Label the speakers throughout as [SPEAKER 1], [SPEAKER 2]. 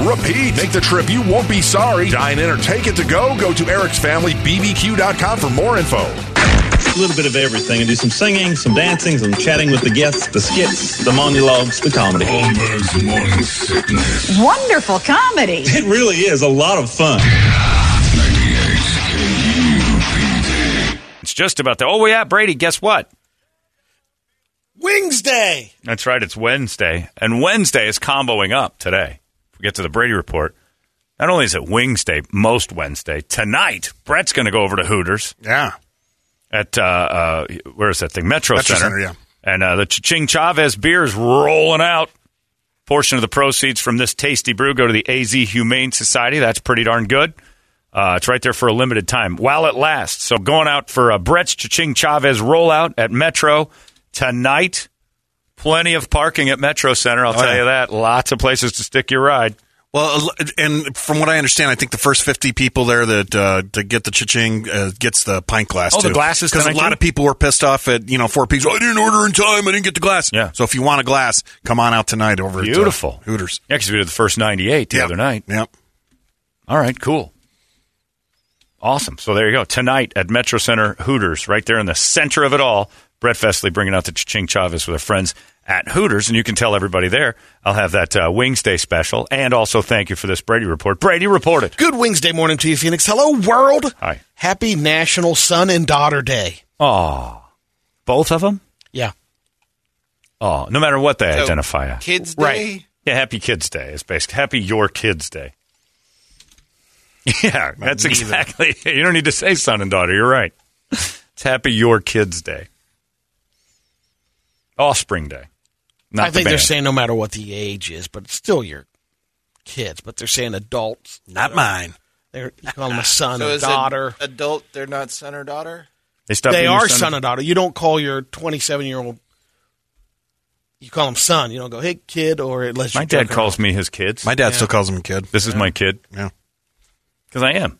[SPEAKER 1] repeat. Make the trip. You won't be sorry. Dine in or take it to go. Go to ericsfamilybbq.com for more info.
[SPEAKER 2] a little bit of everything and do some singing, some dancing, some chatting with the guests, the skits, the monologues, the comedy.
[SPEAKER 3] Holmberg's morning sickness.
[SPEAKER 4] Wonderful comedy.
[SPEAKER 2] It really is a lot of fun.
[SPEAKER 3] 98 KUPD.
[SPEAKER 5] It's just about the. Oh, yeah, Brady, guess what?
[SPEAKER 6] Wings Day.
[SPEAKER 5] That's right. It's Wednesday, and Wednesday is comboing up today. If we get to the Brady report. Not only is it Wings Day, most Wednesday tonight, Brett's going to go over to Hooters
[SPEAKER 6] Yeah.
[SPEAKER 5] at uh, uh, where is that thing? Metro,
[SPEAKER 6] Metro Center, yeah.
[SPEAKER 5] And uh, the Ching Chavez beer is rolling out. Portion of the proceeds from this tasty brew go to the AZ Humane Society. That's pretty darn good. Uh, it's right there for a limited time while it lasts. So going out for a Brett's Ching Chavez rollout at Metro tonight. Plenty of parking at Metro Center. I'll tell
[SPEAKER 6] Oh, yeah.
[SPEAKER 5] you that. Lots of places to stick your ride.
[SPEAKER 6] Well, and from what I understand, I think the first 50 people there that uh, to get the cha-ching uh, gets the pint glass.
[SPEAKER 5] Oh, the glasses
[SPEAKER 6] Because a
[SPEAKER 5] tonight,
[SPEAKER 6] lot
[SPEAKER 5] too?
[SPEAKER 6] of people were pissed off at, you know, Four Peaks. I didn't order in time. I didn't get the glass.
[SPEAKER 5] Yeah.
[SPEAKER 6] So if you want a glass, come on out tonight over
[SPEAKER 5] Beautiful.
[SPEAKER 6] at uh, Hooters.
[SPEAKER 5] Yeah, because we did the first 98 the
[SPEAKER 6] Yeah.
[SPEAKER 5] other night.
[SPEAKER 6] Yep.
[SPEAKER 5] All right, cool. Awesome. So there you go. Tonight at Metro Center Hooters, right there in the center of it all. Brett Festley bringing out the Ching Chavez with her friends at Hooters, and you can tell everybody there. I'll have that uh, Wings Day special, and also thank you for this Brady report. Brady reported.
[SPEAKER 6] Good Wings Day morning to you, Phoenix. Hello, world.
[SPEAKER 5] Hi.
[SPEAKER 6] Happy National Son and Daughter Day.
[SPEAKER 5] Oh, both of them.
[SPEAKER 6] Yeah.
[SPEAKER 5] Oh, no matter what they identify as.
[SPEAKER 7] Kids Day.
[SPEAKER 6] Right.
[SPEAKER 5] Yeah, Happy Kids Day is basically Happy Your Kids Day. Yeah, that's exactly. You don't need to say son and daughter. You're right. It's Happy Your Kids Day. Offspring Day. Not
[SPEAKER 7] I
[SPEAKER 5] the
[SPEAKER 7] think they're
[SPEAKER 5] band.
[SPEAKER 7] saying no matter what the age is, but it's still your kids. But they're saying adults.
[SPEAKER 6] Not mine.
[SPEAKER 7] They're you call them a son,
[SPEAKER 8] So
[SPEAKER 7] a
[SPEAKER 8] is it
[SPEAKER 7] daughter.
[SPEAKER 8] adult, they're not son or daughter?
[SPEAKER 5] they, stopped
[SPEAKER 7] they
[SPEAKER 5] being your
[SPEAKER 7] are son and daughter. You don't call your 27 year old. You call him son. You don't go hey kid or unless
[SPEAKER 5] My
[SPEAKER 7] you're
[SPEAKER 5] dad
[SPEAKER 7] joking
[SPEAKER 5] calls me his kids.
[SPEAKER 6] My dad still calls him a kid.
[SPEAKER 5] this is my kid
[SPEAKER 6] Yeah.
[SPEAKER 5] because I am.
[SPEAKER 7] around.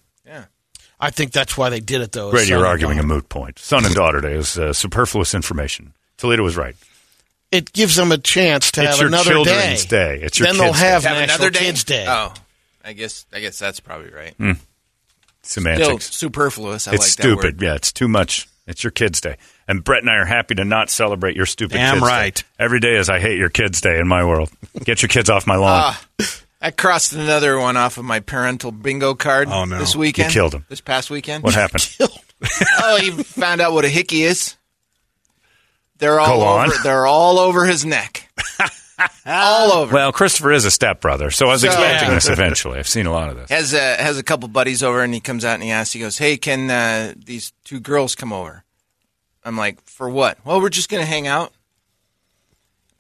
[SPEAKER 7] I think that's why they did it though. is
[SPEAKER 5] Brady,
[SPEAKER 7] son
[SPEAKER 5] you're
[SPEAKER 7] and
[SPEAKER 5] arguing a
[SPEAKER 7] daughter.
[SPEAKER 5] moot point. Son and daughter Day is uh, superfluous information. Toledo was right.
[SPEAKER 7] It gives them a chance to
[SPEAKER 5] It's
[SPEAKER 7] have
[SPEAKER 5] your
[SPEAKER 7] another
[SPEAKER 5] children's
[SPEAKER 7] day.
[SPEAKER 5] day. It's your
[SPEAKER 7] then they'll
[SPEAKER 5] kids'
[SPEAKER 7] have,
[SPEAKER 8] Have
[SPEAKER 7] National
[SPEAKER 8] another day?
[SPEAKER 7] Kids Day.
[SPEAKER 8] Oh, I guess I guess that's probably right. Still
[SPEAKER 5] Semantics.
[SPEAKER 8] superfluous. I
[SPEAKER 5] it's
[SPEAKER 8] like
[SPEAKER 5] stupid.
[SPEAKER 8] That word.
[SPEAKER 5] Yeah, it's too much. It's your kids' day, and Brett and I are happy to not celebrate your stupid.
[SPEAKER 6] Damn
[SPEAKER 5] kids' day.
[SPEAKER 6] right.
[SPEAKER 5] Every day is I hate your kids' day in my world. Get your kids off my lawn.
[SPEAKER 8] Ah, I crossed another one off of my parental bingo card
[SPEAKER 6] Oh, no.
[SPEAKER 8] this
[SPEAKER 6] You
[SPEAKER 8] weekend.
[SPEAKER 5] killed him.
[SPEAKER 8] This past weekend.
[SPEAKER 5] what happened?
[SPEAKER 8] oh, he found out what a hickey is. They're all
[SPEAKER 5] Go on.
[SPEAKER 8] over they're all over his neck. all over.
[SPEAKER 5] well, Christopher is a stepbrother, so I was
[SPEAKER 8] So-
[SPEAKER 5] expecting
[SPEAKER 8] Yeah.
[SPEAKER 5] this eventually. I've seen a lot of this.
[SPEAKER 8] has a has a couple buddies over, and he comes out and he asks, he goes, "Hey, can uh, these two girls come over?" I'm like, "For what?" Well, we're just gonna hang out.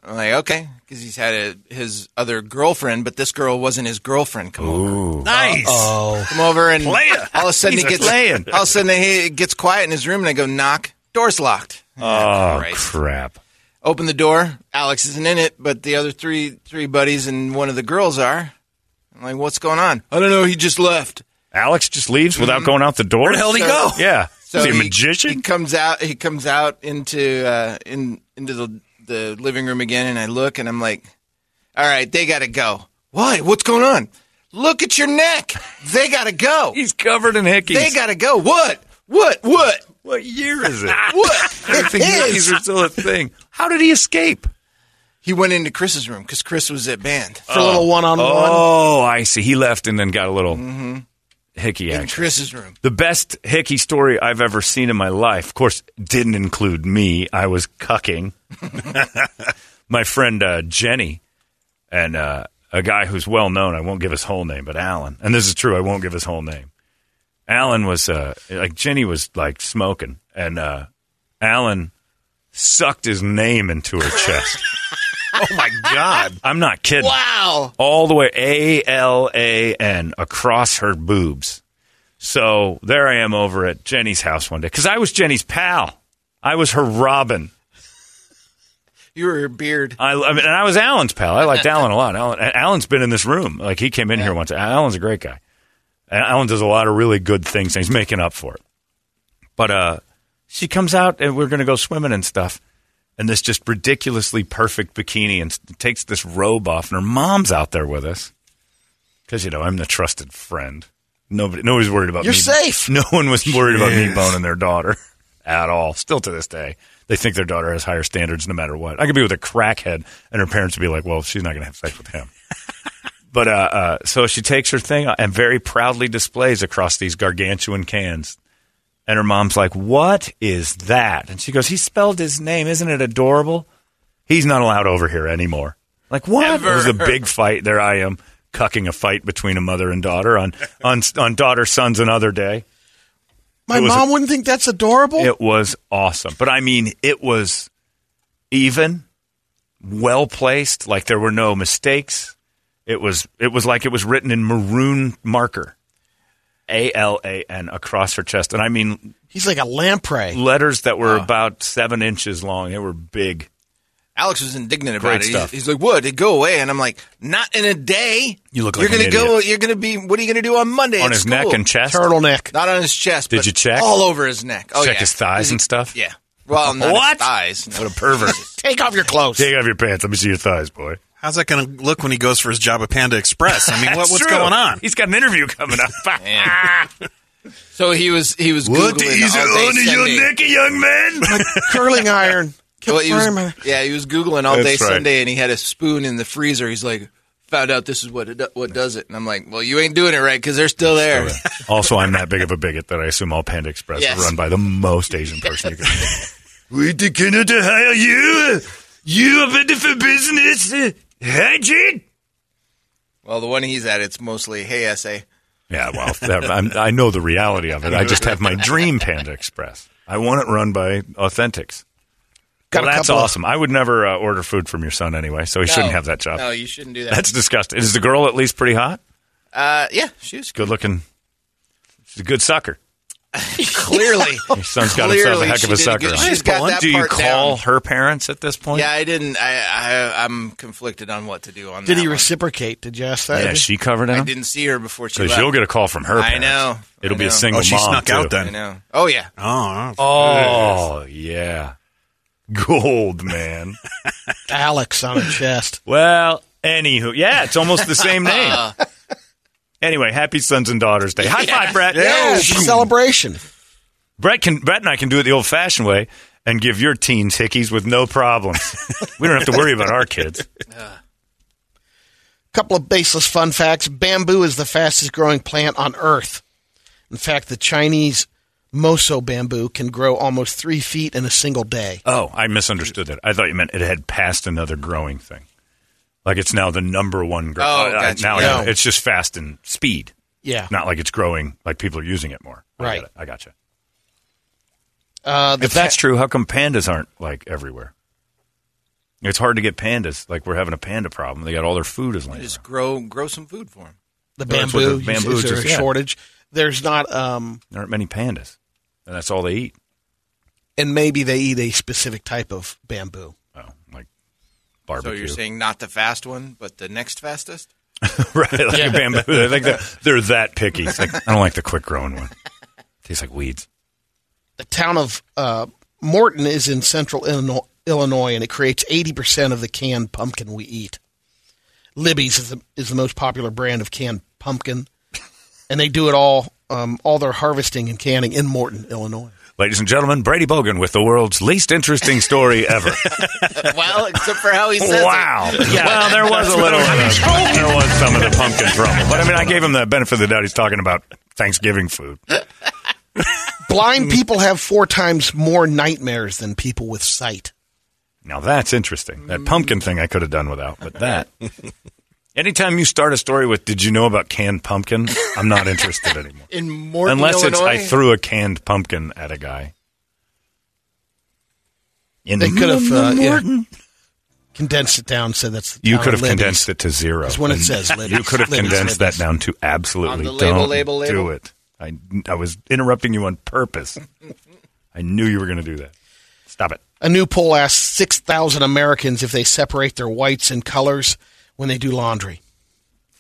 [SPEAKER 8] I'm like, okay, because he's had a, his other girlfriend, but this girl wasn't his girlfriend. Come over,
[SPEAKER 5] Nice.
[SPEAKER 8] come over, and
[SPEAKER 5] Player.
[SPEAKER 8] all of a sudden he
[SPEAKER 5] He's a
[SPEAKER 8] gets
[SPEAKER 5] player.
[SPEAKER 8] all of a sudden he gets quiet in his room, and I go knock, door's locked.
[SPEAKER 5] Oh,
[SPEAKER 8] Christ.
[SPEAKER 5] crap.
[SPEAKER 8] Open the door. Alex isn't in it, but the other three three buddies and one of the girls are. I'm like, what's going on? I don't know. He just left.
[SPEAKER 5] Alex just leaves
[SPEAKER 8] Mm-hmm.
[SPEAKER 5] without going out the door?
[SPEAKER 6] Where the hell did he go?
[SPEAKER 5] Yeah. Is he a magician?
[SPEAKER 8] He comes out. He comes out into uh, in into the the living room again, and I look, and I'm like, "All right, they got to go. Why? What's going on? Look at your neck. They got to go.
[SPEAKER 5] He's covered in hickeys.
[SPEAKER 8] They got to go. What? What? What?
[SPEAKER 5] what year is it?
[SPEAKER 8] What?
[SPEAKER 5] I don't think
[SPEAKER 8] It
[SPEAKER 5] hickeys
[SPEAKER 8] is.
[SPEAKER 5] are still a thing. How did he escape?
[SPEAKER 8] He went into Chris's room because Chris was at band.
[SPEAKER 7] for a little one on one.
[SPEAKER 5] Oh, I see. He left and then got a little hickey
[SPEAKER 8] In
[SPEAKER 5] action.
[SPEAKER 8] Chris's room.
[SPEAKER 5] The best hickey story I've ever seen in my life, of course, didn't include me. I was cucking my friend uh, Jenny and uh, a guy who's well known. I won't give his whole name, but Alan. And this is true. I won't give his whole name. Alan was uh, like Jenny was like smoking, and uh, Alan sucked his name into her chest.
[SPEAKER 6] Oh my god!
[SPEAKER 5] I'm not kidding
[SPEAKER 8] Wow.
[SPEAKER 5] all the way A L A N across her boobs. So there I am over at Jenny's house one day because I was Jenny's pal. I was her Robin.
[SPEAKER 8] You were a beard.
[SPEAKER 5] I, I mean, and I was Alan's pal. I liked Alan a lot. Alan, and Alan's been in this room. Like he came in here once. Alan's a great guy. And Alan does a lot of really good things, and he's making up for it. But uh, she comes out, and we're going to go swimming and stuff. And this just ridiculously perfect bikini, and s- takes this robe off, and her mom's out there with us. Because you know I'm the trusted friend. Nobody, nobody's worried about
[SPEAKER 7] You're
[SPEAKER 5] me.
[SPEAKER 7] safe.
[SPEAKER 5] No one was worried about me
[SPEAKER 6] Jeez.
[SPEAKER 5] boning their daughter at all. Still to this day, they think their daughter has higher standards no matter what. I could be with a crackhead, and her parents would be like, "Well, she's not going to have sex with him." but uh, uh, so she takes her thing and very proudly displays across these gargantuan cans. And her mom's like, "What is that?" And she goes, "He spelled his name. Isn't it adorable?" He's not allowed over here anymore. Like what? It was a big fight. There I am cucking a fight between a mother and daughter on on on daughter sons another day.
[SPEAKER 7] My
[SPEAKER 5] It was
[SPEAKER 7] mom wouldn't think that's adorable.
[SPEAKER 5] It was awesome. But I mean, it was even, well placed, like there were no mistakes. It was it was like it was written in maroon marker. A L A N across her chest. And I mean
[SPEAKER 7] He's like a lamprey.
[SPEAKER 5] letters that were about seven inches long. They were big.
[SPEAKER 8] Alex was indignant about
[SPEAKER 5] Great
[SPEAKER 8] it. He's-
[SPEAKER 5] stuff.
[SPEAKER 8] He's, like, "What? It go away?" And I'm like, "Not in a day.
[SPEAKER 5] You look like
[SPEAKER 8] you're
[SPEAKER 5] an
[SPEAKER 8] gonna go. You're gonna be. What are you gonna do on Monday
[SPEAKER 5] on
[SPEAKER 8] at
[SPEAKER 5] his
[SPEAKER 8] school?"
[SPEAKER 5] neck and chest.
[SPEAKER 7] Turtleneck.
[SPEAKER 8] Not on his chest.
[SPEAKER 5] Did
[SPEAKER 8] but
[SPEAKER 5] you check?
[SPEAKER 8] All over his neck. Oh,
[SPEAKER 5] Check
[SPEAKER 8] yeah.
[SPEAKER 5] his thighs and stuff.
[SPEAKER 8] Yeah. Well, not
[SPEAKER 5] What?
[SPEAKER 8] his thighs.
[SPEAKER 5] What a pervert.
[SPEAKER 7] Take off your clothes.
[SPEAKER 5] Take off your pants. Let me see your thighs, boy.
[SPEAKER 6] How's that going to look when he goes for his job at Panda Express? I mean, what,
[SPEAKER 5] That's
[SPEAKER 6] what's
[SPEAKER 5] true.
[SPEAKER 6] going on?
[SPEAKER 5] He's got an interview coming up.
[SPEAKER 8] So he was he was googling all day Sunday.
[SPEAKER 5] young man?
[SPEAKER 7] Curling iron.
[SPEAKER 8] Well, he
[SPEAKER 7] Confirm.
[SPEAKER 8] was, yeah, he was googling all
[SPEAKER 5] That's
[SPEAKER 8] day
[SPEAKER 5] right.
[SPEAKER 8] Sunday, and he had a spoon in the freezer. He's like, found out this is what it, do- what does it, and I'm like, well, you ain't doing it right because they're still there.
[SPEAKER 5] also, I'm that big of a bigot that I assume all Panda Express
[SPEAKER 8] Yes.
[SPEAKER 5] are run by the most Asian person you could. We going to hire you. You are ready for business. Hygiene.
[SPEAKER 8] well, the one he's at, it's mostly hey essay.
[SPEAKER 5] Yeah, well, that, I'm, I know the reality of it. I just have my dream Panda Express. I want it run by Authentics.
[SPEAKER 7] Got
[SPEAKER 5] well,
[SPEAKER 7] a
[SPEAKER 5] that's
[SPEAKER 7] couple of-
[SPEAKER 5] awesome. I would never uh, order food from your son anyway, so he shouldn't have that job.
[SPEAKER 8] No, you shouldn't do that.
[SPEAKER 5] That's disgusting. Is the girl at least pretty hot?
[SPEAKER 8] uh, yeah, she was
[SPEAKER 5] Good looking. She's a good sucker.
[SPEAKER 8] clearly.
[SPEAKER 5] Your son's got himself a
[SPEAKER 8] Clearly,
[SPEAKER 5] heck
[SPEAKER 8] she
[SPEAKER 5] of a
[SPEAKER 8] did
[SPEAKER 5] sucker.
[SPEAKER 8] good.
[SPEAKER 5] on.
[SPEAKER 8] She's got that
[SPEAKER 5] Do you
[SPEAKER 8] part
[SPEAKER 5] call
[SPEAKER 8] down.
[SPEAKER 5] her parents at this point?
[SPEAKER 8] yeah, I didn't. I, I I'm conflicted on what to do on.
[SPEAKER 7] Did
[SPEAKER 8] that
[SPEAKER 7] he
[SPEAKER 8] one.
[SPEAKER 7] reciprocate? Did you ask that?
[SPEAKER 5] Yeah, is she covered
[SPEAKER 8] I
[SPEAKER 5] in
[SPEAKER 8] didn't see her before she
[SPEAKER 5] Because
[SPEAKER 8] left.
[SPEAKER 5] you'll get a call from her.
[SPEAKER 8] I
[SPEAKER 5] parents.
[SPEAKER 8] know.
[SPEAKER 5] It'll
[SPEAKER 8] I
[SPEAKER 5] be a
[SPEAKER 8] know.
[SPEAKER 5] single
[SPEAKER 6] Oh, she
[SPEAKER 5] mom.
[SPEAKER 6] snuck
[SPEAKER 5] too.
[SPEAKER 6] out
[SPEAKER 8] I
[SPEAKER 6] then.
[SPEAKER 8] know. Oh yeah.
[SPEAKER 5] Uh-huh.
[SPEAKER 6] Oh, oh,
[SPEAKER 5] Oh yeah, gold man.
[SPEAKER 7] Alex on her chest.
[SPEAKER 5] well, anywho, yeah, it's almost the same name. Anyway, happy sons and daughters day. High five, Brett.
[SPEAKER 7] Yeah, it's a celebration.
[SPEAKER 5] Brett can Brett and I can do it the old fashioned way and give your teens hickeys with no problems. we don't have to worry about our kids.
[SPEAKER 7] couple of baseless fun facts. Bamboo is the fastest growing plant on Earth. In fact, the Chinese Moso bamboo can grow almost three feet in a single day.
[SPEAKER 5] Oh, I misunderstood that. I thought you meant it had passed another growing thing. Like it's now the number one grow.
[SPEAKER 8] Oh,
[SPEAKER 5] uh, uh,
[SPEAKER 8] gotcha.
[SPEAKER 5] Now
[SPEAKER 7] No.
[SPEAKER 5] it's just fast and speed.
[SPEAKER 7] Yeah.
[SPEAKER 5] Not like it's growing, like people are using it more. I
[SPEAKER 7] Right.
[SPEAKER 5] Get it. I gotcha.
[SPEAKER 7] Uh, the
[SPEAKER 5] If that's
[SPEAKER 7] Uh, fa-
[SPEAKER 5] true, how come pandas aren't like everywhere? It's hard to get pandas. Like we're having a panda problem. They got all their food is laying.
[SPEAKER 8] Just grow grow some food for them.
[SPEAKER 7] The
[SPEAKER 5] That's what the
[SPEAKER 7] bamboo, you-
[SPEAKER 5] bamboo
[SPEAKER 7] is there
[SPEAKER 5] just-
[SPEAKER 7] a
[SPEAKER 5] yeah.
[SPEAKER 7] shortage? There's not, um,
[SPEAKER 5] There aren't many pandas, and that's all they eat.
[SPEAKER 7] and maybe they eat a specific type of bamboo.
[SPEAKER 5] Oh, like
[SPEAKER 8] So
[SPEAKER 5] barbecue.
[SPEAKER 8] you're saying not the fast one, but the next fastest?
[SPEAKER 5] right? Like a bamboo. They're, like that, they're that picky. It's like I don't like the quick growing one. Tastes like weeds.
[SPEAKER 7] The town of uh, Morton is in central Illinois, Illinois, and it creates 80% of the canned pumpkin we eat. Libby's is the, is the most popular brand of canned pumpkin, and they do it all, um, all their harvesting and canning in Morton, Illinois.
[SPEAKER 5] Ladies and gentlemen, Brady Bogan with the world's least interesting story ever.
[SPEAKER 8] well, except for how he says it.
[SPEAKER 5] wow. Yeah, well, there was a little. uh, there was some of the pumpkin trouble, but I mean, I gave him the benefit of the doubt. He's talking about Thanksgiving food.
[SPEAKER 8] Mm.
[SPEAKER 7] Blind people have four times more nightmares than people with sight.
[SPEAKER 5] Now that's interesting. That pumpkin thing I could have done without, but that. Anytime you start a story with "Did you know about canned pumpkin?" I'm not interested anymore.
[SPEAKER 8] In Morton,
[SPEAKER 5] Unless it's
[SPEAKER 8] Illinois?
[SPEAKER 5] I threw a canned pumpkin at a guy. In
[SPEAKER 7] They
[SPEAKER 5] the
[SPEAKER 7] could have
[SPEAKER 5] middle
[SPEAKER 7] uh,
[SPEAKER 5] of
[SPEAKER 7] yeah,
[SPEAKER 5] Norton.
[SPEAKER 7] condensed it down, said that's the
[SPEAKER 5] You
[SPEAKER 7] town
[SPEAKER 5] could
[SPEAKER 7] of
[SPEAKER 5] have
[SPEAKER 7] Libby's.
[SPEAKER 5] condensed it to zero.
[SPEAKER 7] That's what it
[SPEAKER 5] And
[SPEAKER 7] says, Libby's.
[SPEAKER 5] You could have
[SPEAKER 7] Libby's,
[SPEAKER 5] condensed
[SPEAKER 7] Libby's.
[SPEAKER 5] that down to absolutely
[SPEAKER 8] On the label,
[SPEAKER 5] don't
[SPEAKER 8] label, label.
[SPEAKER 5] do it. I, I was interrupting you on purpose. I knew you were going to do that. Stop it.
[SPEAKER 7] A new poll asked 6,000 Americans if they separate their whites and colors when they do laundry.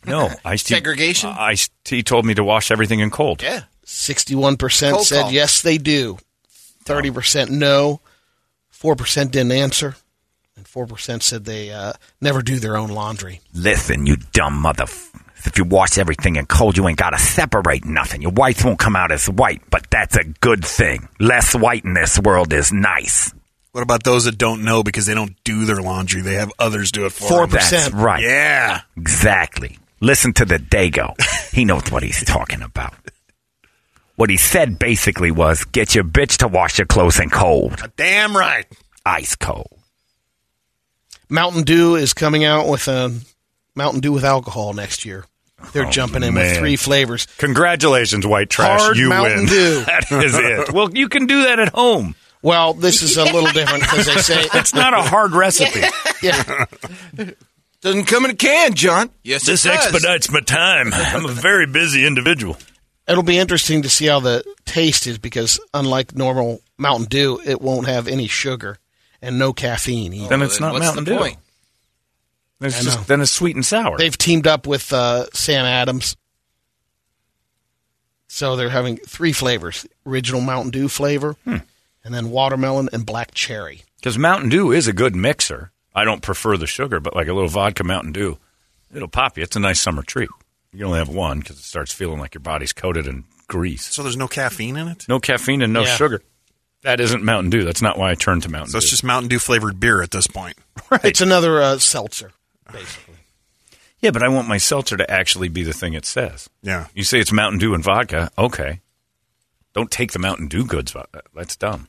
[SPEAKER 5] No, Ice T.
[SPEAKER 8] Segregation?
[SPEAKER 5] Ice T told me to wash everything in cold.
[SPEAKER 8] Yeah.
[SPEAKER 7] 61%
[SPEAKER 8] Cold
[SPEAKER 7] said
[SPEAKER 8] call.
[SPEAKER 7] yes, they do.
[SPEAKER 5] Oh.
[SPEAKER 7] 30% no. 4% didn't answer. And 4% said they uh, never do their own laundry.
[SPEAKER 4] Listen, you dumb mother. If you wash everything in cold, you ain't got to separate nothing. Your whites won't come out as white, but that's a good thing. Less white in this world is nice.
[SPEAKER 6] What about those that don't know because they don't do their laundry? They have others do it for them.
[SPEAKER 7] 4%.
[SPEAKER 4] That's right.
[SPEAKER 6] Yeah.
[SPEAKER 4] Exactly. Listen to the Dago. He knows what he's talking about. What he said basically was get your bitch to wash your clothes in cold,
[SPEAKER 6] Damn right.
[SPEAKER 4] ice cold.
[SPEAKER 7] Mountain Dew is coming out with a Mountain Dew with alcohol next year. They're jumping in
[SPEAKER 5] Oh, man.
[SPEAKER 7] with three flavors.
[SPEAKER 5] Congratulations, white trash.
[SPEAKER 7] Hard
[SPEAKER 5] you
[SPEAKER 7] Mountain
[SPEAKER 5] win.
[SPEAKER 7] Dew.
[SPEAKER 5] That is it. Well, you can do that at home.
[SPEAKER 7] Well, this is a little different because they say
[SPEAKER 5] It's not a hard recipe.
[SPEAKER 7] yeah,
[SPEAKER 8] Doesn't come in a can, John. Yes,
[SPEAKER 5] This
[SPEAKER 8] it does.
[SPEAKER 5] expedites my time. I'm a very busy individual.
[SPEAKER 7] it'll be interesting to see how the taste is because unlike normal Mountain Dew, it won't have any sugar and no caffeine. Either.
[SPEAKER 5] Then it's not
[SPEAKER 8] What's
[SPEAKER 5] Mountain
[SPEAKER 8] the
[SPEAKER 5] Dew.
[SPEAKER 8] point?
[SPEAKER 5] It's
[SPEAKER 7] I know.
[SPEAKER 5] just, then it's sweet and sour.
[SPEAKER 7] They've teamed up with uh, Sam Adams. So they're having three flavors original Mountain Dew flavor,
[SPEAKER 6] Hmm.
[SPEAKER 7] and then watermelon and black cherry.
[SPEAKER 5] Because Mountain Dew is a good mixer. I don't prefer the sugar, but like a little vodka Mountain Dew, it'll pop you. It's a nice summer treat. You can only have one because it starts feeling like your body's coated in grease.
[SPEAKER 6] So there's no caffeine in it?
[SPEAKER 5] No caffeine and no
[SPEAKER 7] Yeah.
[SPEAKER 5] sugar. That isn't Mountain Dew. That's not why I turned to Mountain
[SPEAKER 6] So
[SPEAKER 5] Dew.
[SPEAKER 6] it's just Mountain Dew flavored beer at this point.
[SPEAKER 7] It's another uh, seltzer, basically.
[SPEAKER 5] yeah, but I want my seltzer to actually be the thing it says.
[SPEAKER 6] Yeah.
[SPEAKER 5] You say it's Mountain Dew and vodka. Okay. Don't take the Mountain Dew goods. vo- That's dumb.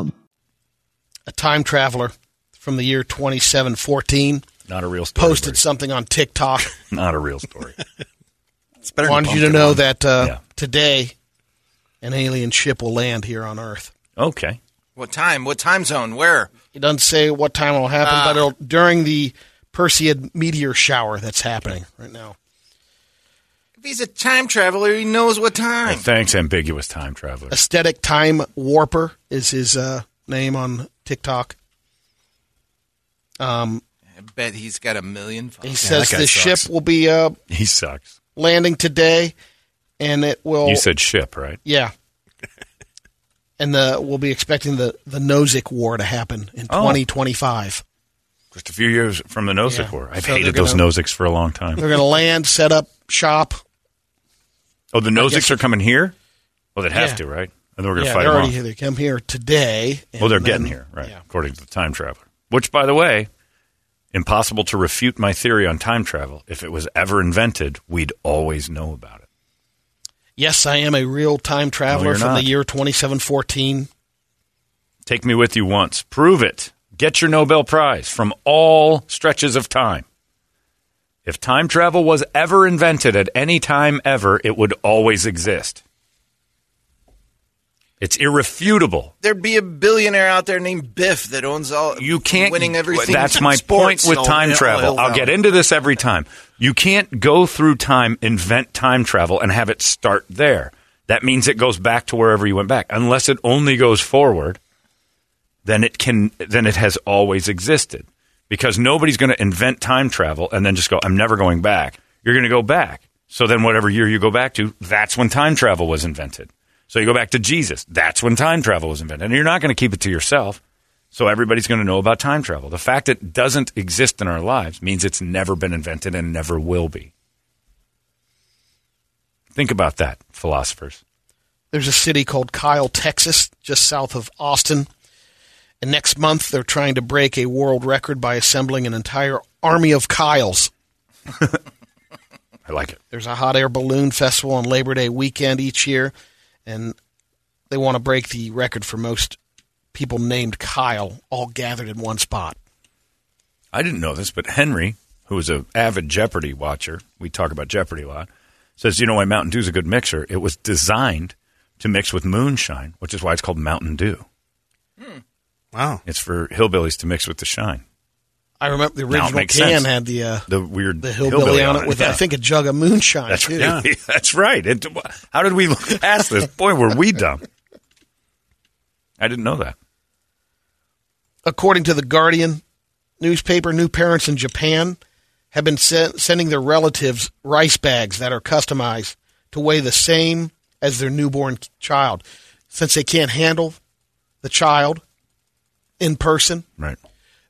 [SPEAKER 7] A time traveler from the year 2714
[SPEAKER 5] Not a real story.
[SPEAKER 7] posted
[SPEAKER 5] Brady.
[SPEAKER 7] something on TikTok.
[SPEAKER 5] Not a real story.
[SPEAKER 6] It's better
[SPEAKER 7] wanted
[SPEAKER 6] than
[SPEAKER 7] you to
[SPEAKER 6] pumpkin
[SPEAKER 7] know
[SPEAKER 6] one.
[SPEAKER 7] that uh,
[SPEAKER 5] Yeah.
[SPEAKER 7] today an alien ship will land here on Earth.
[SPEAKER 5] okay.
[SPEAKER 8] What time? What time zone? Where?
[SPEAKER 7] It doesn't say what time it'll happen,
[SPEAKER 6] Ah.
[SPEAKER 7] but it'll during the Perseid meteor shower that's happening right now.
[SPEAKER 8] If he's a time traveler, he knows what time.
[SPEAKER 5] Thanks, ambiguous time traveler.
[SPEAKER 7] Aesthetic Time Warper is his uh, name on TikTok.
[SPEAKER 8] I bet he's got a million.
[SPEAKER 7] He
[SPEAKER 8] Followers.
[SPEAKER 7] says
[SPEAKER 6] guy
[SPEAKER 7] the
[SPEAKER 6] sucks.
[SPEAKER 7] ship will be uh,
[SPEAKER 5] He sucks.
[SPEAKER 7] landing today, and it will.
[SPEAKER 5] You said ship, right?
[SPEAKER 7] yeah. And the, we'll be expecting the, the Nozick War to happen in
[SPEAKER 5] Oh.
[SPEAKER 7] 2025.
[SPEAKER 5] Just a few years from the Nozick
[SPEAKER 7] Yeah.
[SPEAKER 5] War. I've
[SPEAKER 7] So
[SPEAKER 5] hated
[SPEAKER 7] they're
[SPEAKER 5] those
[SPEAKER 7] gonna-
[SPEAKER 5] Nozick's for a long time.
[SPEAKER 7] They're going to land, set up shop.
[SPEAKER 5] Oh, the Nozick's
[SPEAKER 7] guess-
[SPEAKER 5] are coming here? Well, they'd have
[SPEAKER 7] Yeah.
[SPEAKER 5] to, right? And then we're going to
[SPEAKER 7] Yeah,
[SPEAKER 5] fight
[SPEAKER 7] they're
[SPEAKER 5] them
[SPEAKER 7] already
[SPEAKER 5] off.
[SPEAKER 7] here. They come here today.
[SPEAKER 5] Well, they're
[SPEAKER 7] and
[SPEAKER 5] getting
[SPEAKER 7] then-
[SPEAKER 5] here, right?
[SPEAKER 7] yeah.
[SPEAKER 5] According to the time traveler. Which, by the way, impossible to refute my theory on time travel. If it was ever invented, we'd always know about it.
[SPEAKER 7] Yes, I am a real time traveler
[SPEAKER 5] you're
[SPEAKER 7] from the
[SPEAKER 5] not.
[SPEAKER 7] year 2714.
[SPEAKER 5] Take me with you once. Prove it. Get your Nobel Prize from all stretches of time. If time travel was ever invented at any time ever, it would always exist. It's irrefutable.
[SPEAKER 8] There'd be a billionaire out there named Biff that owns all.
[SPEAKER 5] You can't
[SPEAKER 8] winning everything.
[SPEAKER 5] That's
[SPEAKER 8] in
[SPEAKER 5] my
[SPEAKER 8] sports
[SPEAKER 5] point with
[SPEAKER 8] and all-
[SPEAKER 5] time
[SPEAKER 8] and all
[SPEAKER 5] travel.
[SPEAKER 8] that.
[SPEAKER 5] I'll get into this every time. You can't go through time, invent time travel, and have it start there. That means it goes back to wherever you went back, unless it only goes forward. Then it can. Then it has always existed, because nobody's going to invent time travel and then just go, "I'm never going back." You're going to go back. So then, whatever year you go back to, that's when time travel was invented. So you go back to Jesus. That's when time travel was invented. And you're not going to keep it to yourself. So everybody's going to know about time travel. The fact it doesn't exist in our lives means it's never been invented and never will be. Think about that, philosophers.
[SPEAKER 7] There's a city called Kyle, Texas, just south of Austin. And next month, they're trying to break a world record by assembling an entire army of Kyles.
[SPEAKER 5] I like it.
[SPEAKER 7] There's a hot air balloon festival on Labor Day weekend each year, and they want to break the record for most people named Kyle all gathered in one spot.
[SPEAKER 5] I didn't know this, but Henry, who is an avid Jeopardy watcher, we talk about Jeopardy a lot, says, you know why Mountain Dew's a good mixer? It was designed to mix with moonshine, which is why it's called Mountain Dew.
[SPEAKER 6] Wow.
[SPEAKER 5] It's for hillbillies to mix with the shine.
[SPEAKER 7] I remember the
[SPEAKER 5] Now it
[SPEAKER 7] original can
[SPEAKER 5] makes sense.
[SPEAKER 7] had the uh,
[SPEAKER 5] The weird
[SPEAKER 7] the hillbilly, on it with
[SPEAKER 5] yeah.
[SPEAKER 7] I think a jug of moonshine
[SPEAKER 5] That's
[SPEAKER 7] too.
[SPEAKER 5] right. That's right. It, how did we look past this? Boy, were we dumb. I didn't know that.
[SPEAKER 7] According to the Guardian newspaper, new parents in Japan have been se- sending their relatives rice bags that are customized to weigh the same as their newborn child, since they can't handle the child in person.
[SPEAKER 5] Right.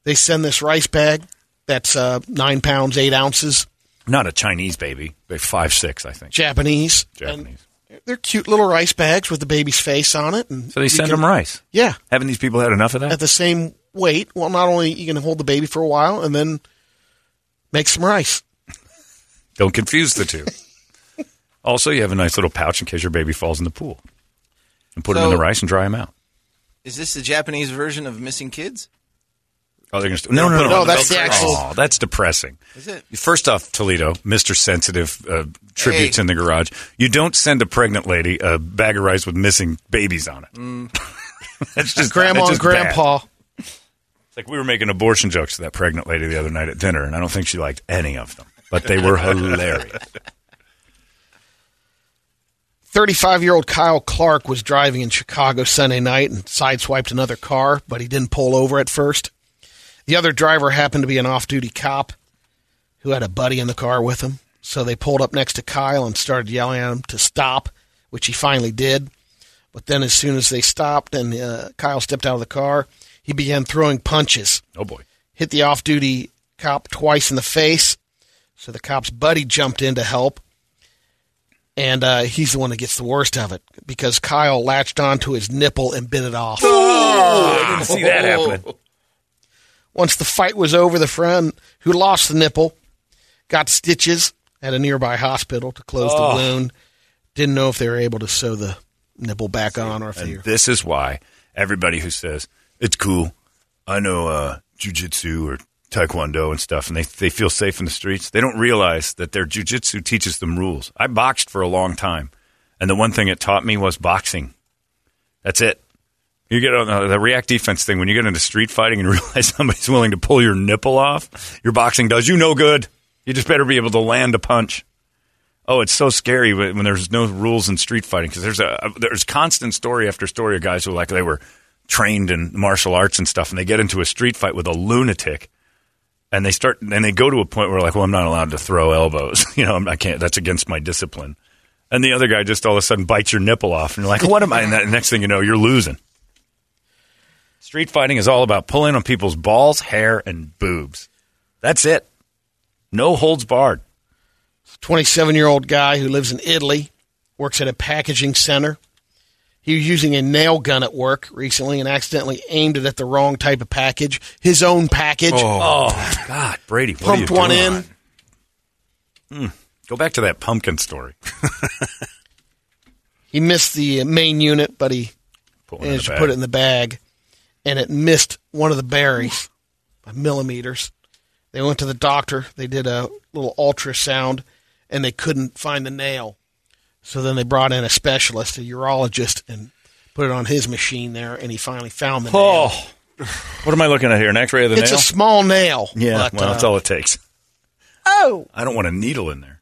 [SPEAKER 7] they send this rice bag that's uh, nine pounds, eight ounces,
[SPEAKER 5] Not a Chinese baby. They're five six, I think.
[SPEAKER 7] Japanese.
[SPEAKER 5] Japanese.
[SPEAKER 7] And they're cute little rice bags with the baby's face on it. And
[SPEAKER 5] so they
[SPEAKER 7] you
[SPEAKER 5] send
[SPEAKER 7] can-
[SPEAKER 5] them rice.
[SPEAKER 7] Yeah,
[SPEAKER 5] Haven't these people had enough of that?
[SPEAKER 7] at the same weight. Well, not only you can hold the baby for a while and then make some rice.
[SPEAKER 5] Don't confuse the two. also, you have a nice little pouch in case your baby falls in the pool, and put them in
[SPEAKER 8] So-
[SPEAKER 5] the rice and dry them out.
[SPEAKER 8] Is this the Japanese version of Missing Kids?
[SPEAKER 5] Oh, they're gonna st- no, no, no,
[SPEAKER 7] No, that's the actual-
[SPEAKER 5] Oh, that's depressing.
[SPEAKER 8] Is it?
[SPEAKER 5] First off, Toledo, Mr. Sensitive uh, tributes
[SPEAKER 8] Hey.
[SPEAKER 5] in the garage. You don't send a pregnant lady a bag of rice with missing babies on it. that's just
[SPEAKER 7] Grandma
[SPEAKER 5] that's
[SPEAKER 7] and
[SPEAKER 5] just bad.
[SPEAKER 7] grandpa.
[SPEAKER 5] It's like we were making abortion jokes to that pregnant lady the other night at dinner, and I don't think she liked any of them, but they were hilarious.
[SPEAKER 7] 35 year old Kyle Clark was driving in Chicago Sunday night and sideswiped another car, but he didn't pull over at first. The other driver happened to be an off duty cop who had a buddy in the car with him, so they pulled up next to Kyle and started yelling at him to stop, which he finally did. But then, as soon as they stopped and uh, Kyle stepped out of the car, he began throwing punches
[SPEAKER 5] Oh boy,
[SPEAKER 7] hit the off duty cop twice in the face. So the cop's buddy jumped in to help. And uh, he's the one that gets the worst of it because Kyle latched onto his nipple and bit it off.
[SPEAKER 5] I didn't see that happening.
[SPEAKER 7] Once the fight was over, the friend who lost the nipple got stitches at a nearby hospital to close the wound. Didn't know if they were able to sew the nipple back on or if they
[SPEAKER 5] And this is why everybody who says it's cool, I know uh, jujitsu or taekwondo and stuff, and they they feel safe in the streets. They don't realize that their jujitsu teaches them rules. I boxed for a long time, and the one thing it taught me was boxing. That's it. You get on the, the react defense thing when you get into street fighting and realize somebody's willing to pull your nipple off. Your boxing does you no good. You just better be able to land a punch. Oh, it's so scary when when there's no rules in street fighting because there's a there's constant story after story of guys who like they were trained in martial arts and stuff, and they get into a street fight with a lunatic, and they start and they go to a point where like, well, I'm not allowed to throw elbows, you know, I'm, I can't. That's against my discipline. And the other guy just all of a sudden bites your nipple off, and you're like, what am I? And that, next thing you know, you're losing. Street fighting is all about pulling on people's balls, hair, and boobs. That's it. No holds barred.
[SPEAKER 7] 27 year old guy who lives in Italy, works at a packaging center. He was using a nail gun at work recently and accidentally aimed it at the wrong type of package, his own package.
[SPEAKER 5] Oh, God, Brady, what are you
[SPEAKER 7] Pumped one
[SPEAKER 5] doing?
[SPEAKER 7] in.
[SPEAKER 5] Mm. Go back to that pumpkin story.
[SPEAKER 7] He missed the uh, main unit, but he
[SPEAKER 5] Put one in
[SPEAKER 7] managed
[SPEAKER 5] the
[SPEAKER 7] to
[SPEAKER 5] bag.
[SPEAKER 7] put it in the bag, and it missed one of the berries by millimeters. They went to the doctor. They did a little ultrasound, and they couldn't find the nail. So then they brought in a specialist, a urologist, and put it on his machine there, and he finally found the nail.
[SPEAKER 5] Oh, what am I looking at here? An X-ray of the
[SPEAKER 7] it's
[SPEAKER 5] nail?
[SPEAKER 7] a small nail.
[SPEAKER 5] yeah,
[SPEAKER 7] but,
[SPEAKER 5] well,
[SPEAKER 7] uh,
[SPEAKER 5] that's all it takes.
[SPEAKER 7] Oh,
[SPEAKER 5] I don't want a needle in there.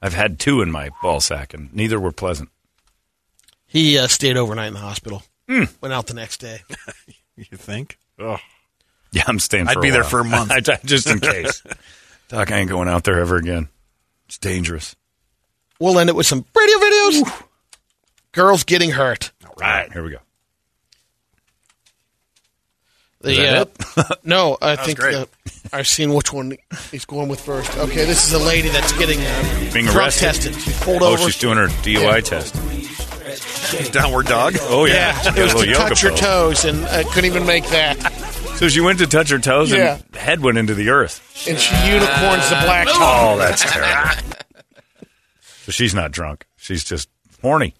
[SPEAKER 5] I've had two in my ball sack, and neither were pleasant.
[SPEAKER 7] he uh, stayed overnight in the hospital.
[SPEAKER 5] Hmm.
[SPEAKER 7] Went out the next day.
[SPEAKER 6] You think?
[SPEAKER 5] Yeah, I'm staying.
[SPEAKER 6] I'd
[SPEAKER 5] for a
[SPEAKER 6] be there
[SPEAKER 5] while.
[SPEAKER 6] for a month.
[SPEAKER 5] I- I- just in case. Doc, I ain't going out there ever again. It's dangerous.
[SPEAKER 7] We'll end it with some radio videos. Girls getting hurt.
[SPEAKER 5] All right, here we go.
[SPEAKER 7] The,
[SPEAKER 5] that
[SPEAKER 7] uh, no, I think
[SPEAKER 6] great.
[SPEAKER 7] uh, I've seen which one he's going with first. Okay, this is a lady that's getting uh,
[SPEAKER 5] Being
[SPEAKER 7] drug
[SPEAKER 5] arrested?
[SPEAKER 7] tested. She's pulled
[SPEAKER 5] Oh,
[SPEAKER 7] over.
[SPEAKER 5] she's doing her DUI test.
[SPEAKER 6] Downward dog.
[SPEAKER 5] Oh yeah,
[SPEAKER 7] yeah,
[SPEAKER 5] She got
[SPEAKER 7] it was
[SPEAKER 5] a little
[SPEAKER 7] to
[SPEAKER 5] yoga
[SPEAKER 7] touch her
[SPEAKER 5] pose.
[SPEAKER 7] toes, and I couldn't even make that.
[SPEAKER 5] So she went to touch her toes,
[SPEAKER 7] Yeah.
[SPEAKER 5] and the head went into the earth.
[SPEAKER 7] And she unicorns the black top.
[SPEAKER 5] Oh, that's terrible. so she's not drunk. She's just horny.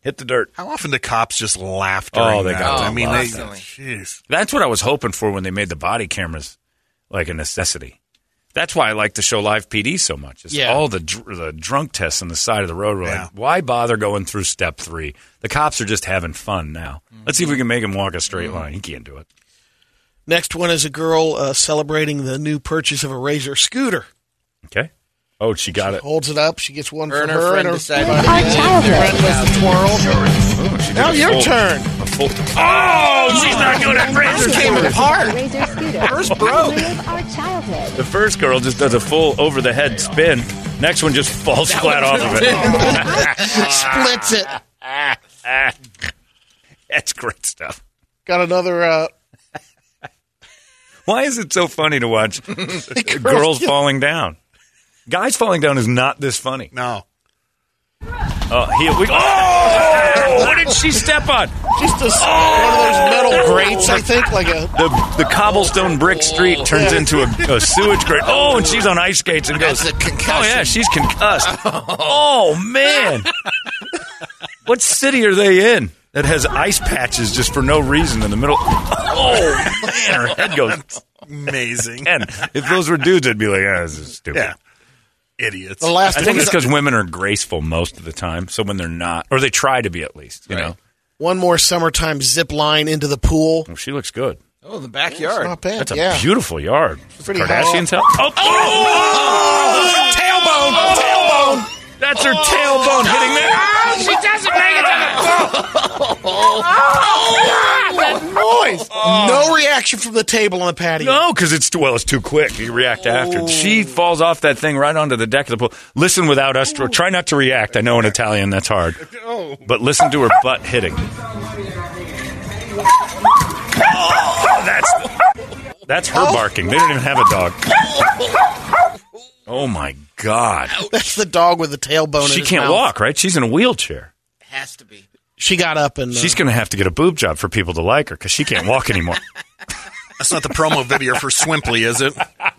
[SPEAKER 5] Hit the dirt.
[SPEAKER 6] How often do cops just laugh
[SPEAKER 5] Oh,
[SPEAKER 6] during
[SPEAKER 5] they
[SPEAKER 6] that?
[SPEAKER 5] got
[SPEAKER 6] I
[SPEAKER 5] them
[SPEAKER 6] mean, they,
[SPEAKER 8] constantly.
[SPEAKER 6] jeez.
[SPEAKER 5] That's what I was hoping for when they made the body cameras like a necessity. That's why I like the show Live PD so much. It's
[SPEAKER 7] Yeah.
[SPEAKER 5] all the dr- the drunk tests on the side of the road. We're
[SPEAKER 6] Yeah.
[SPEAKER 5] like, why bother going through step three? The cops are just having fun now. Let's see if we can make him walk a straight
[SPEAKER 7] Mm-hmm.
[SPEAKER 5] line. He can't do it.
[SPEAKER 7] Next one is a girl uh, celebrating the new purchase of a Razor scooter.
[SPEAKER 5] Okay. Oh, she got it.
[SPEAKER 7] Holds it up. She gets one
[SPEAKER 8] Her
[SPEAKER 7] for
[SPEAKER 8] and her
[SPEAKER 7] her
[SPEAKER 8] friend
[SPEAKER 7] and
[SPEAKER 8] decided-
[SPEAKER 7] buddy.
[SPEAKER 8] Our
[SPEAKER 7] friend does the twirl.
[SPEAKER 5] Oh, she did
[SPEAKER 7] Now
[SPEAKER 5] a
[SPEAKER 7] your
[SPEAKER 5] full-
[SPEAKER 7] turn.
[SPEAKER 5] a full- oh, she's not good at razor
[SPEAKER 8] Came apart.
[SPEAKER 9] Hers
[SPEAKER 8] broke.
[SPEAKER 9] Our childhood.
[SPEAKER 5] The first girl just does a full over the head spin. Next one just falls flat off of it.
[SPEAKER 7] Splits it.
[SPEAKER 5] Ah. That's great stuff.
[SPEAKER 7] Got another. Uh,
[SPEAKER 5] Why is it so funny to watch girls falling down? Guys falling down is not this funny.
[SPEAKER 6] No.
[SPEAKER 5] Oh, here we go. Oh! What did she step on?
[SPEAKER 7] just a, one of those metal
[SPEAKER 8] Oh!
[SPEAKER 7] grates, I think, like a
[SPEAKER 5] The, the cobblestone brick street turns into a, a sewage grate. Oh, and she's on ice skates and goes.
[SPEAKER 8] That's a concussion.
[SPEAKER 5] oh yeah, she's concussed. Oh man, what city are they in that has ice patches just for no reason in the middle? Oh man, her head goes.
[SPEAKER 6] Amazing.
[SPEAKER 5] And if those were dudes, I'd be like, ah, this is stupid.
[SPEAKER 6] yeah. Idiots.
[SPEAKER 7] the last
[SPEAKER 5] I
[SPEAKER 7] one
[SPEAKER 5] think it's
[SPEAKER 7] is
[SPEAKER 5] because women are graceful most of the time. So when they're not, or they try to be at least, you
[SPEAKER 8] Right.
[SPEAKER 5] know.
[SPEAKER 7] one more summertime zip line into the pool.
[SPEAKER 5] Well, she looks good.
[SPEAKER 8] Oh, the backyard.
[SPEAKER 7] Not bad.
[SPEAKER 5] That's a
[SPEAKER 7] yeah.
[SPEAKER 5] beautiful yard.
[SPEAKER 7] Pretty
[SPEAKER 5] Kardashian's house. Oh, oh! tailbone, tailbone. That's her tailbone hitting there. she doesn't make it.
[SPEAKER 7] noise. No reaction from the table on the patio.
[SPEAKER 5] No, because it's too, well, it's too quick. You react
[SPEAKER 7] Oh.
[SPEAKER 5] after. She falls off that thing right onto the deck of the pool. Listen without us.
[SPEAKER 7] Oh.
[SPEAKER 5] Try not to react. I know in Italian that's hard, but listen to her butt hitting. Oh, that's that's her
[SPEAKER 7] Oh.
[SPEAKER 5] barking. They don't even have a dog. Oh my god,
[SPEAKER 7] That's the dog with the tailbone.
[SPEAKER 5] she
[SPEAKER 7] in his
[SPEAKER 5] can't
[SPEAKER 7] mouth.
[SPEAKER 5] walk. Right? She's in a wheelchair.
[SPEAKER 8] Has to be.
[SPEAKER 7] She got up and uh,
[SPEAKER 5] She's going to have to get a boob job for people to like her because she can't walk anymore.
[SPEAKER 6] That's not the promo video for Swimply, is it?
[SPEAKER 5] yeah,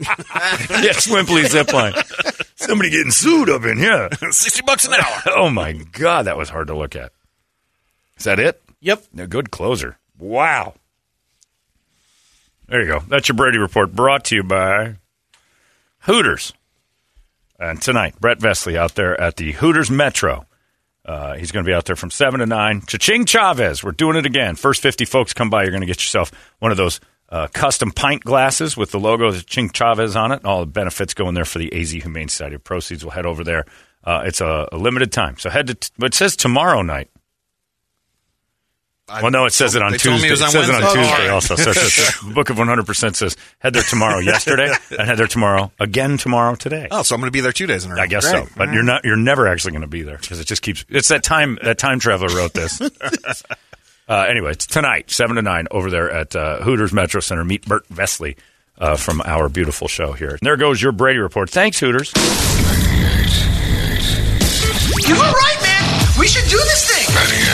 [SPEAKER 5] Swimply zipline. Somebody getting sued up in here.
[SPEAKER 6] 60 bucks an hour.
[SPEAKER 5] Oh my god, that was hard to look at. Is that it?
[SPEAKER 7] Yep.
[SPEAKER 5] A good closer. Wow. There you go. That's your Brady report brought to you by Hooters. And tonight, Brett Vesley out there at the Hooters Metro. Uh, he's going to be out there from 7 to 9. Cha-ching Chavez. We're doing it again. First 50 folks come by, you're going to get yourself one of those uh, custom pint glasses with the logo of Ching Chavez on it. All the benefits go in there for the AZ Humane Society. Proceeds will head over there. Uh, it's a, a limited time. So head to, t- but it says tomorrow night. Well, no, it says it on
[SPEAKER 6] They
[SPEAKER 5] Tuesday.
[SPEAKER 6] told me it was on
[SPEAKER 5] says it on
[SPEAKER 6] Wednesday.
[SPEAKER 5] Tuesday
[SPEAKER 6] Oh, all
[SPEAKER 5] also. So, so, so. Book of 100% says head there tomorrow yesterday and head there tomorrow again tomorrow today.
[SPEAKER 6] Oh, so I'm going to be there two days in a row.
[SPEAKER 5] I guess
[SPEAKER 6] Great.
[SPEAKER 5] so, but you're not. You're never actually going to be there because it just keeps. It's that time. That time traveler wrote this. uh, anyway, it's tonight, seven to nine, over there at uh, Hooters Metro Center. Meet Bert Vesley uh, from our beautiful show here. And there goes your Brady report. Thanks, Hooters.
[SPEAKER 3] You were right, man. We should do this thing. 98.